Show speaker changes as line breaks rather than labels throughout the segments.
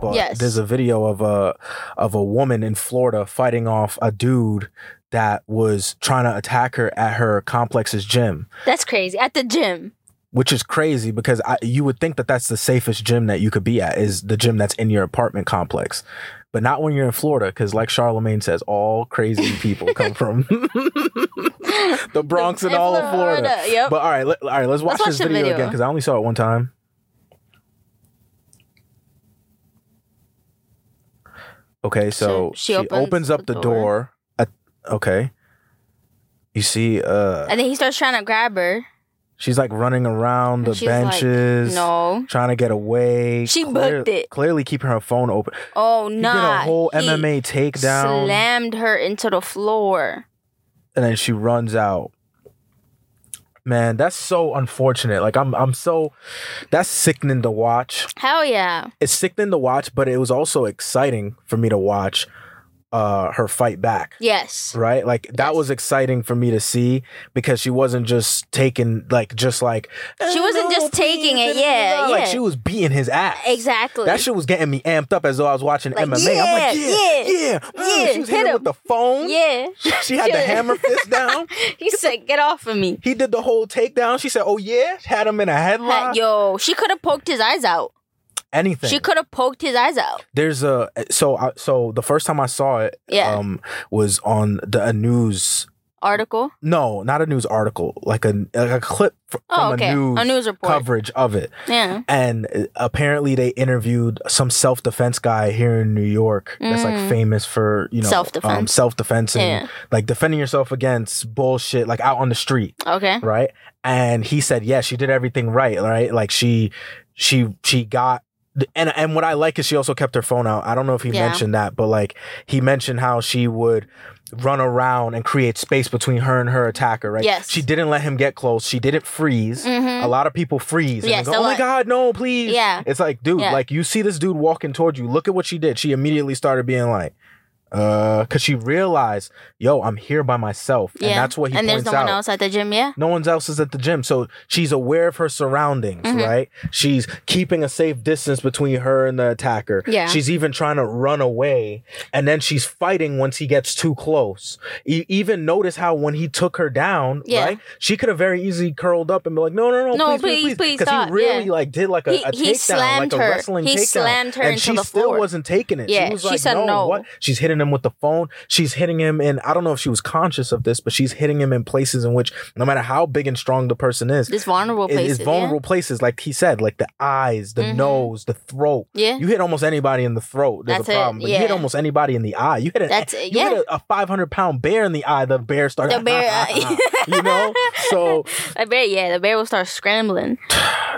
but
Yes.
there's a video of a of a woman in Florida fighting off a dude that was trying to attack her at her complex's gym,
That's crazy. At the gym.
which is crazy because I, you would think that that's the safest gym that you could be at is the gym that's in your apartment complex. But not when you're in Florida, because like Charlemagne says, all crazy people come from the Bronx and
In
all of Florida.
Yep.
But all right, let, all right, let's watch
watch
this
the
video,
video.
again because I only saw it one time. Okay, so,
So
she,
she
opens,
opens
up the
the
door.
door.
At, okay, you see, uh,
and then he starts trying to grab her.
she's like running around the
And she's like,
benches,
No.
trying to get away.
She
Clear-
booked it.
Clearly, keeping her phone open.
Oh
He
no.
did a whole MMA takedown,
Slammed her into the floor.
and then she runs out. Man, that's so unfortunate. Like I'm, I'm so that's sickening to watch.
Hell yeah.
it's sickening to watch, but it was also exciting for me to watch uh her fight back.
Yes.
Right? Like that
Yes.
was exciting for me to see because she wasn't just taking like just like "Oh,
She wasn't just taking it, yeah,
Like
yeah.
she was beating his ass.
Exactly.
That shit was getting me amped up as though I was watching
Like,
MMA. I'm like, yeah,
yeah,
yeah,
yeah,
mm,
yeah,
She was
hit
hitting him with
him.
the phone.
yeah.
She had the
Sure.
hammer fist down.
He said, "Get off of me."
He did the whole takedown. She said, "Oh yeah," had him in a headlock.
Yo, she could have poked his eyes out.
Anything.
She could have poked his eyes out.
there's a so I, so the first time I saw it
Yeah.
um was on the a news
Article.
no not a news article like a like a clip fr- from
Oh, okay.
a news,
a news report.
coverage of it
Yeah.
and uh, apparently they interviewed some self defense guy here in New York that's like
Mm.
famous for you know um,
Self-defense.
self defense and
Yeah.
like defending yourself against bullshit like out on the street
Okay.
right and he said yeah she did everything right right like she she she got and and what i like is she also kept her phone out i don't know if he
Yeah.
mentioned that but like he mentioned how she would run around and create space between her and her attacker right
Yes.
she didn't let him get close she didn't freeze
Mhm.
a lot of people freeze and
Yes,
they
a
go, oh my
lot.
god no please
Yeah.
it's like dude
Yeah.
like you see this dude walking towards you look at what she did she immediately started being like uh because she realized yo i'm here by myself
Yeah.
and that's what he
And
points
there's no one
out
else at the gym. Yeah.
no one else is at the gym. So she's aware of her surroundings,
Mhm.
right? She's keeping a safe distance between her and the attacker.
Yeah.
She's even trying to run away. And then she's fighting once he gets too close. E- even notice how when he took her down,
Yeah.
right? She could have very easily curled up and be like, no, no, no,
No,
please, please,
please, please
Because he
stop.
really
Yeah.
like did like a,
He-
a
he
takedown, like
slammed
a
her.
wrestling
He
takedown.
slammed her
and
into
she
the
still
floor.
wasn't taking it.
Yeah,
she was
she
like,
said
no,
no.
what? She's hitting him with the phone. She's hitting him in, I don't know if she was conscious of this, but she's hitting him in places in which no matter how big and strong the person is,
This vulnerable
it
places.
is vulnerable places, like he said, like the eyes, the
Mhm.
nose, the throat.
Yeah. yeah.
You hit almost anybody in the throat, there's
That's
a
it,
problem. But you hit
yeah.
almost anybody in the eye. You hit a,
That's it,
you
yeah.
hit a, a 500 pound bear in the eye, the bear starts.
The bear,
you know? So,
The bear. Yeah. The bear will start scrambling.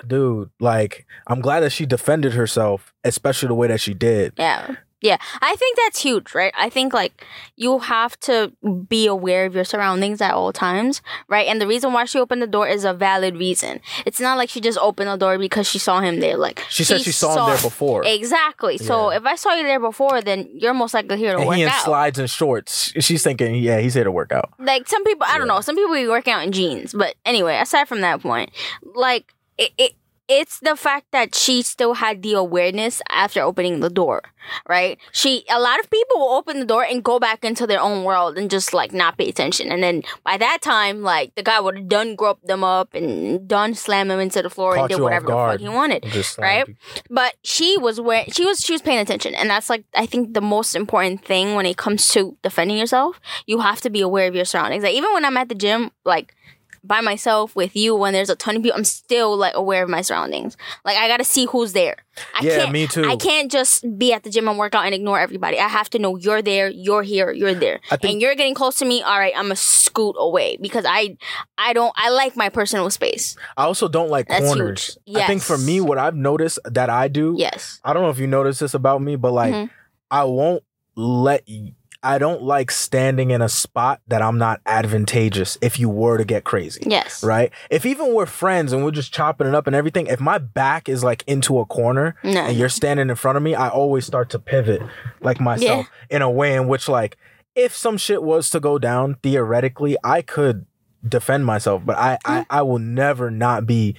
dude, like, I'm glad that she defended herself, especially the way that she did.
Yeah. Yeah. I think that's huge, right? I think like you have to be aware of your surroundings at all times, right? And the reason why she opened the door is a valid reason. It's not like she just opened the door because she saw him there. Like
She said she saw him there before.
Exactly. So
Yeah.
if I saw you there before, then you're most likely here to
and
work
he in
out.
slides and shorts. She's thinking, yeah, he's here to work out.
like some people, I don't know, some people be working out in jeans. But anyway, aside from that point, like it, it it's the fact that she still had the awareness after opening the door, right? She a lot of people will open the door and go back into their own world and just like not pay attention. And then by that time, like the guy would have done groped them up and done slam them into the floor
Caught
and did
you off
whatever the
guard.
fuck he wanted.
Just
Right? But she was where she was she was paying attention and that's like I think the most important thing when it comes to defending yourself. You have to be aware of your surroundings. Like even when I'm at the gym, like by myself with you when there's a ton of people, I'm still like aware of my surroundings. Like I gotta see who's there. I
Yeah,
can't
me too.
I can't just be at the gym and work out and ignore everybody. I have to know you're there, you're here, you're there.
I think-
and you're getting close to me, all right, I'm gonna scoot away because I I don't I like my personal space.
I also don't like
That's
corners.
huge.
I think for
Yes.
me, what I've noticed that I do,
Yes.
I don't know if you notice this about me, but like,
Mhm.
I won't let y I don't like standing in a spot that I'm not advantageous if you were to get crazy.
Yes.
Right? If even we're friends and we're just chopping it up and everything, if my back is like into a corner
No.
and you're standing in front of me, I always start to pivot like myself in a way in which like if some shit was to go down, theoretically, I could defend myself, but I I, I will never not be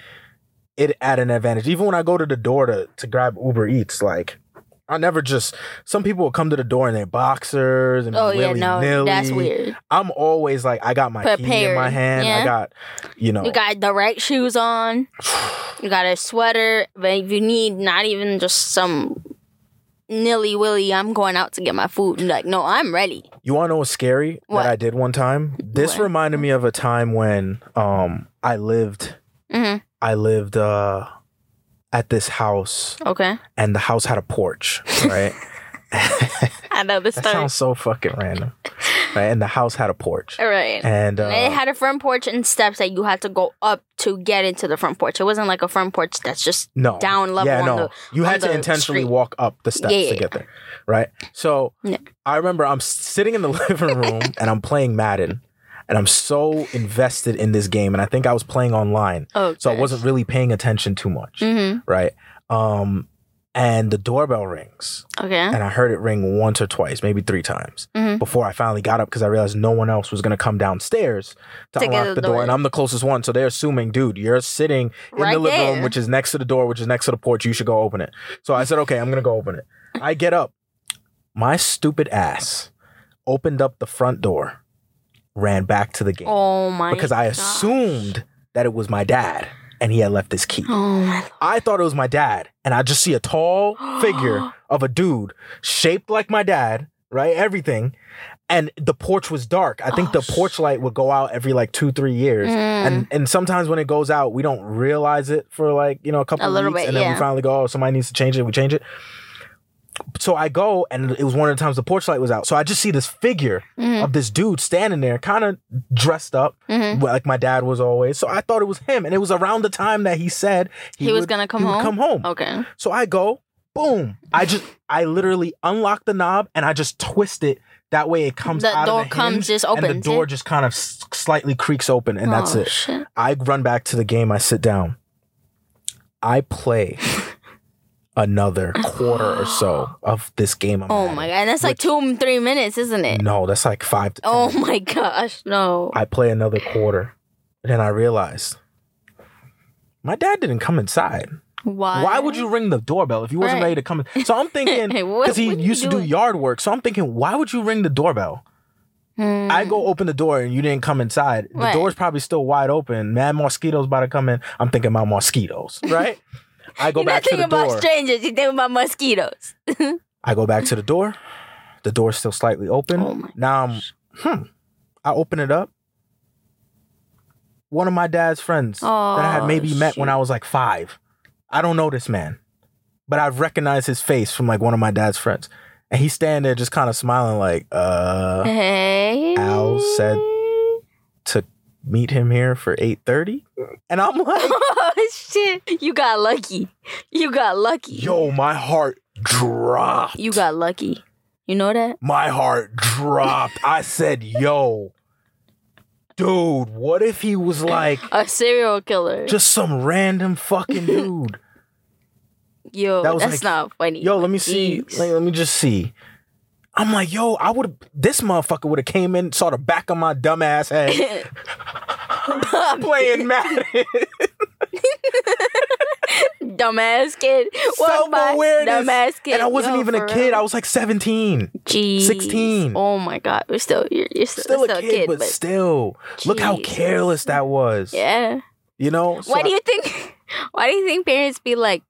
it at an advantage. Even when I go to the door to to grab Uber Eats, like I never just. Some people will come to the door and they're boxers and
Oh yeah,
willy
no,
nilly.
that's weird.
I'm always like, I got my key in
Prepared,
my hand. I
yeah.
got, you know,
You got the right shoes on. You got a sweater. But if you need not even just some nilly willy, I'm going out to get my food. And like, no, I'm ready.
You want to know what's scary
What?
that I did one time? This
What?
reminded me of a time when um I lived
hmm
I lived uh at this house
Okay.
and the house had a porch, right?
I know this
that
story.
sounds so fucking random. Right? And the house had a porch.
All right.
And uh,
it had a front porch and steps that you had to go up to get into the front porch. It wasn't like a front porch that's just
no.
down level
yeah,
on
no.
the-
you
on
had to
the
intentionally
street.
walk up the steps
Yeah, yeah,
to get there. Right? So
Yeah.
I remember I'm sitting in the living room and I'm playing Madden. And I'm so invested in this game, and I think I was playing online.
oh.
So I wasn't really paying attention too much,
Mm-hmm.
right? Um, and the doorbell rings,
Okay.
and I heard it ring once or twice, maybe three times,
Mhm.
before I finally got up because I realized no one else was gonna come downstairs to,
To get
unlock the
the
door.
door.
and I'm the closest one, so they're assuming, dude, you're sitting in the
Right
living room,
there.
which is next to the door, which is next to the porch. You should go open it. So I said, okay, I'm gonna go open it. I get up, my stupid ass opened up the front door, ran back to the game
Oh my.
because I
gosh.
assumed that it was my dad and he had left his key.
Oh my.
I thought it was my dad, and I just see a tall figure of a dude shaped like my dad, right? Everything. And the porch was dark. I think
Oh,
the porch light would go out every like two, three years.
Mm.
And and sometimes when it goes out, we don't realize it for like, you know, a couple
A
of
little
weeks.
bit,
and then we
yeah.
finally go, oh, somebody needs to change it, we change it. So I go and it was one of the times the porch light was out. So I just see this figure
Mhm.
of this dude standing there, kind of dressed up,
Mhm.
well, like my dad was always. So I thought it was him, and it was around the time that he said
He was
would-
gonna come
he would
home? Oh.
Come home.
Okay.
So I go, boom. I just, I literally unlock the knob and I just twist it. That way, it comes.
The
out
door
of the
comes
hinge,
just
And
opens,
the door
yeah.
just kind of s- slightly creaks open, and that's
oh,
it.
Shit.
I run back to the game. I sit down. I play another quarter or so of this game. I'm
Oh
at.
my god. And that's like two, three minutes, isn't it?
No, that's like five. To 10
Oh my gosh. No.
Mm. I play another quarter. And then I realized my dad didn't come inside.
Why?
Why would you ring the doorbell if you wasn't
Right.
ready to come in? So I'm thinking,
Hey, what-
because he
what are you
used to do
doing?
yard work. So I'm thinking, why would you ring the doorbell?
Hmm.
I go open the door and you didn't come inside. The
Right.
door's probably still wide open. Mad mosquitoes about to come in. I'm thinking about mosquitoes, right? I go
You're
back
not
to
thinking
the
about
door.
strangers. You're thinking about mosquitoes.
I go back to the door. The door's still slightly open.
Oh my
now I'm, hmm. I open it up. One of my dad's friends that I had
Oh,
maybe met when I was like five. I don't know this man, but I've recognized his face from like one of my dad's friends. And he's standing there just kind of smiling, like, uh,
Hey.
Al said to meet him here for 8.30. And I'm like,
oh shit. You got lucky. You got lucky.
yo, my heart dropped.
You got lucky. You know that?
my heart dropped. I said, yo, dude, what if he was like
A serial killer.
just some random fucking dude?
Yo,
that was like-
that's not funny.
Yo, let me see.
Jeez.
Like, let me just see. I'm like, yo, I would have, this motherfucker would have came in, saw the back of my dumb ass head playing Madden.
dumbass kid. Walk by,
Self-awareness.
Dumbass kid.
and I wasn't
Yo,
even a
for
kid.
real.
I was like 17.
Jeez.
16.
Oh my god, we're still you're, you're still,
Still,
still
a kid, but, still. Look how
Jesus.
careless that was.
yeah.
You know? So
why do you think? Why do you think parents be like?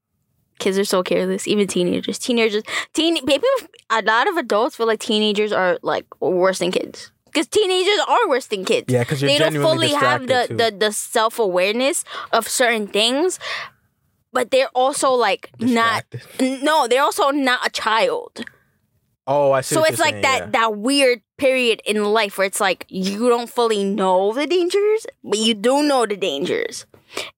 Kids are so careless, even teenagers. Teenagers, teen people. A lot of adults feel like teenagers are like worse than kids because teenagers are worse than kids.
Yeah, because you're
they don't
genuinely
fully have the,
distracted, too.
the the self awareness of certain things, but they're also like
Distracted.
not. No, they're also not a child.
Oh, I see.
So
what
it's
you're
like
saying,
that
yeah.
that weird period in life where it's like you don't fully know the dangers, but you do know the dangers.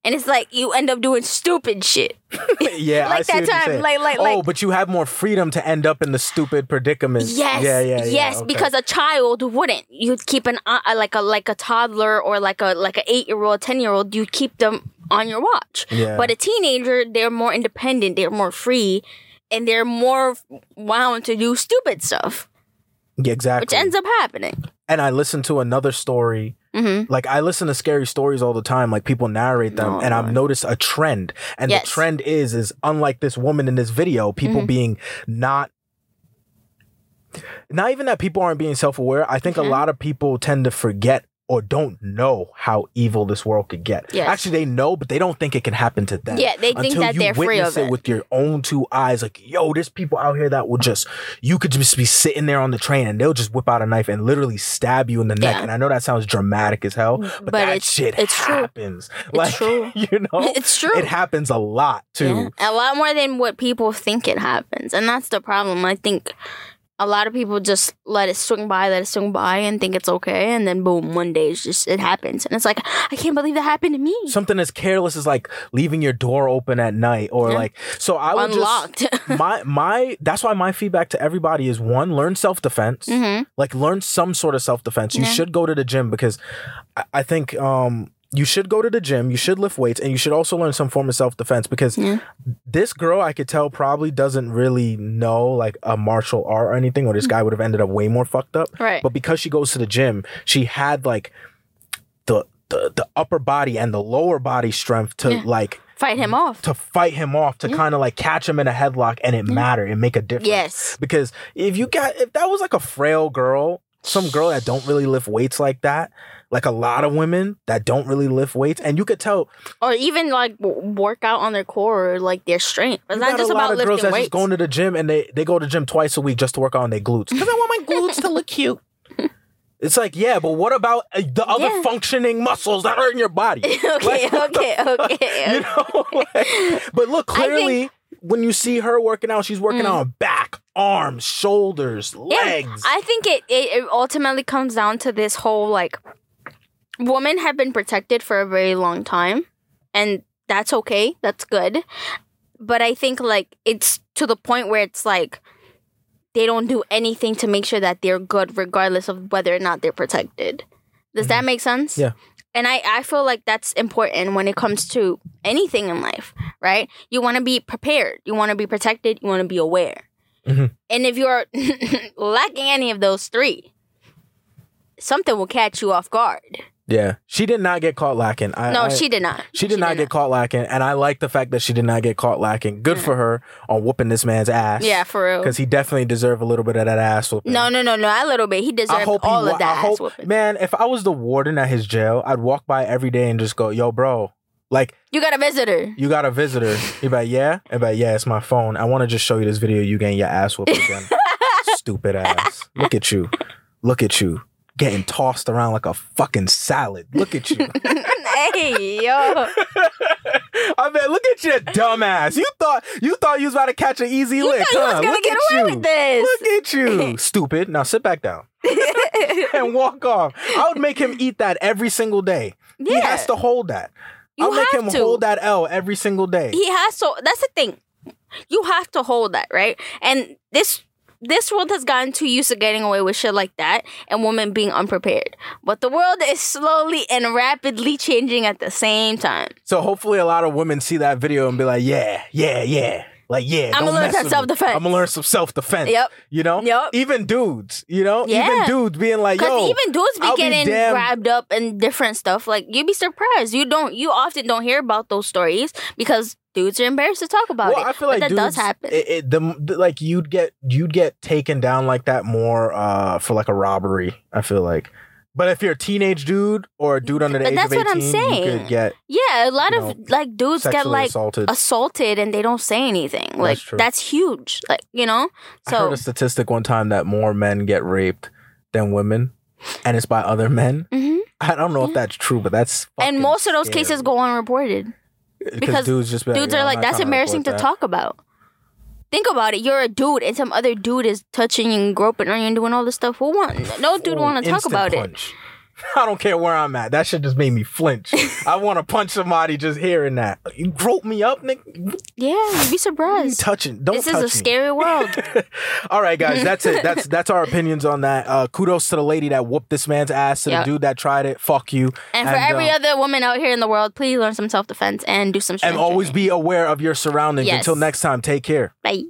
And it's like you end up doing stupid shit.
yeah,
Like
I see
that
what you're
time,
saying.
like- like-
oh,
like-
but you have more freedom to end up in the stupid predicament.
Yes.
yeah, yeah, yeah,
yes,
okay.
because a child wouldn't. You'd keep an eye uh, like a like a toddler or like a like a 8-year-old, 10-year-old, you keep them on your watch.
Yeah.
But a teenager, they're more independent, they're more free, and they're more wound to do stupid stuff.
Yeah, exactly.
which ends up happening.
and I listened to another story.
hmm
Like I listen to scary stories all the time. Like people narrate them,
No,
and I've
no.
noticed a trend. And
Oh, Yes.
the trend is is unlike this woman in this video, people
Mhm.
being not. Not even that people aren't being self aware. I think
Mhm.
a lot of people tend to forget or don't know how evil this world could get.
Yes.
Actually, they know, but they don't think it can happen to them.
Yeah, they think
until
that
you
they're free
witness
of it.
with your own two eyes. Like, yo, there's people out here that will just, you could just be sitting there on the train and they'll just whip out a knife and literally stab you in the neck.
Yeah. Mm,
And I know that sounds dramatic as hell, but,
But
that
it's-
shit
it's true.
happens. Like,
true.
you know,
it's true.
it happens a lot too.
Yeah, a lot more than what people think it happens, and that's the problem. I think a lot of people just let it swing by, let it swing by, and think it's okay, and then boom, one day it's just it happens, and it's like I can't believe that happened to me.
Something as careless as like leaving your door open at night or
Yeah.
like, so I would
Unlocked.
just, my, my, that's why my feedback to everybody is one, learn self defense.
hmm
like learn some sort of self-defense you
Yeah.
should go to the gym because I, I think um you should go to the gym you should lift weights and you should also learn some form of self-defense because
Yeah.
this girl i could tell probably doesn't really know like a martial art or anything
Mm.
or this guy would have ended up way more fucked up
Right.
but because she goes to the gym she had like the the, the upper body and the lower body strength to
Yeah.
like
Fight him off.
to fight him off to
Yeah.
kind of like catch him in a headlock and it matter and make a difference
Yes.
because if you got if that was like a frail girl some girl that don't really lift weights like that like a lot of women that don't really lift weights and you could tell
Or even like w- work out on their core or like their strength. It's
you
not
got
just
a lot
about
of girls
lifting
that's
weights.
just going to the gym and they, they go to the gym twice a week just to work on their glutes because i want my glutes to look cute it's like yeah but what about uh, the other
Yeah.
functioning muscles that are in your body
okay,
Like, what the
okay, okay,
you know Like, but look
I think-
clearly when you see her working out she's working
Mm.
out on back arms shoulders legs
I think it, it, it ultimately comes down to this whole like women have been protected for a very long time and that's okay. That's good. But I think like it's to the point where it's like they don't do anything to make sure that they're good regardless of whether or not they're protected. Does that make sense?
Yeah.
And I, I feel like that's important when it comes to anything in life, right? You want to be prepared. You want to be protected. You want to be aware. And if you're lacking any of those three, something will catch you off guard.
yeah she did not get caught lacking I,
No,
I-
she did not.
She did not get caught lacking, and I like the fact that she did not get caught lacking. Good for her on whooping this man's ass.
Yeah, for real.
because he definitely deserved a little bit of that ass whooping.
No, no, no, no. A little bit.
I
He deserved
hope he
all
wa-
of that
I hope,
ass whooping.
man. If I was the warden at his jail, I'd walk by every day and just go, "Yo, bro, like
You got a visitor.
you got a visitor." He'd be like, "Yeah," and be like, "Yeah, it's my phone. I want to just show you this video. You getting your ass whooped again? Stupid ass. Look at you. Look at you." Getting tossed around like a fucking salad. Look at you.
hey, yo.
I mean, look at your dumbass. You thought you thought you was about to catch an easy
You
lick.
thought you was
huh?
going to
Look
get
at
away
you.
with this.
Look at you, stupid. Now sit back down and walk off. I would make him eat that every single day. He
Yeah.
has to hold that.
You
I'll make
have
him
to.
hold that L every single day.
he has so that's the thing you have to hold that right and this this world has gotten too used to getting away with shit like that and women being unprepared but the world is slowly and rapidly changing at the same time
so hopefully, a lot of women see that video and be like, "Yeah, yeah, yeah." Like yeah,
I'ma
don't
learn
mess
some
with me.
self-defense.
I'm gonna learn some self defense.
Yep.
You know.
Yep.
Even dudes. You know. Even
Yeah.
dudes being like,
because
"Yo,
even dudes be
I'll be
getting
damned-
grabbed up and different stuff like you'd be surprised you don't you often don't hear about those stories because dudes are embarrassed to talk about
well,
it
I feel like
but that does
dudes,
happen
It, it, the, the- like you'd get you'd get taken down like that more uh, for like a robbery. I feel like, but if you're a teenage dude or a dude under the
But
age
that's
of
what I'm
eighteen, you
saying.
could get
yeah a lot
you
of
know,
like dudes
sexually
get like
assaulted.
assaulted and they don't say anything. Like that's,
true.
huge. Like you know.
I heard
So
a statistic one time that more men get raped than women, and it's by other men.
Mhm.
I don't know if that's true, but that's
and
fucking
most of those
scary.
cases go unreported. because
dudes just be like,
Dudes
"Yo,
are
I'm
like,
not
that's
trying
embarrassing to
report that."
talk about. Think about it. You're a dude, and some other dude is touching and groping on you and doing all this stuff. Who want? No dude
Ooh,
want to talk
instant
about it.
punch. I don't care where I'm at. That shit just made me flinch. I want to punch somebody just hearing that. You grope me up, nigga. What
Yeah, you'd be
are you
surprised.
touching? Don't
This
touch
is
me.
a scary world.
All right, guys, that's it. That's that's our opinions on that. Uh, kudos to the lady that whooped this man's ass. To
Yep.
the dude that tried it. Fuck you.
And for every
uh,
other woman out here in the world, please learn some self defense and do some.
and
strength
always
training.
be aware of your surroundings.
Yes.
Until next time, take care.
Bye.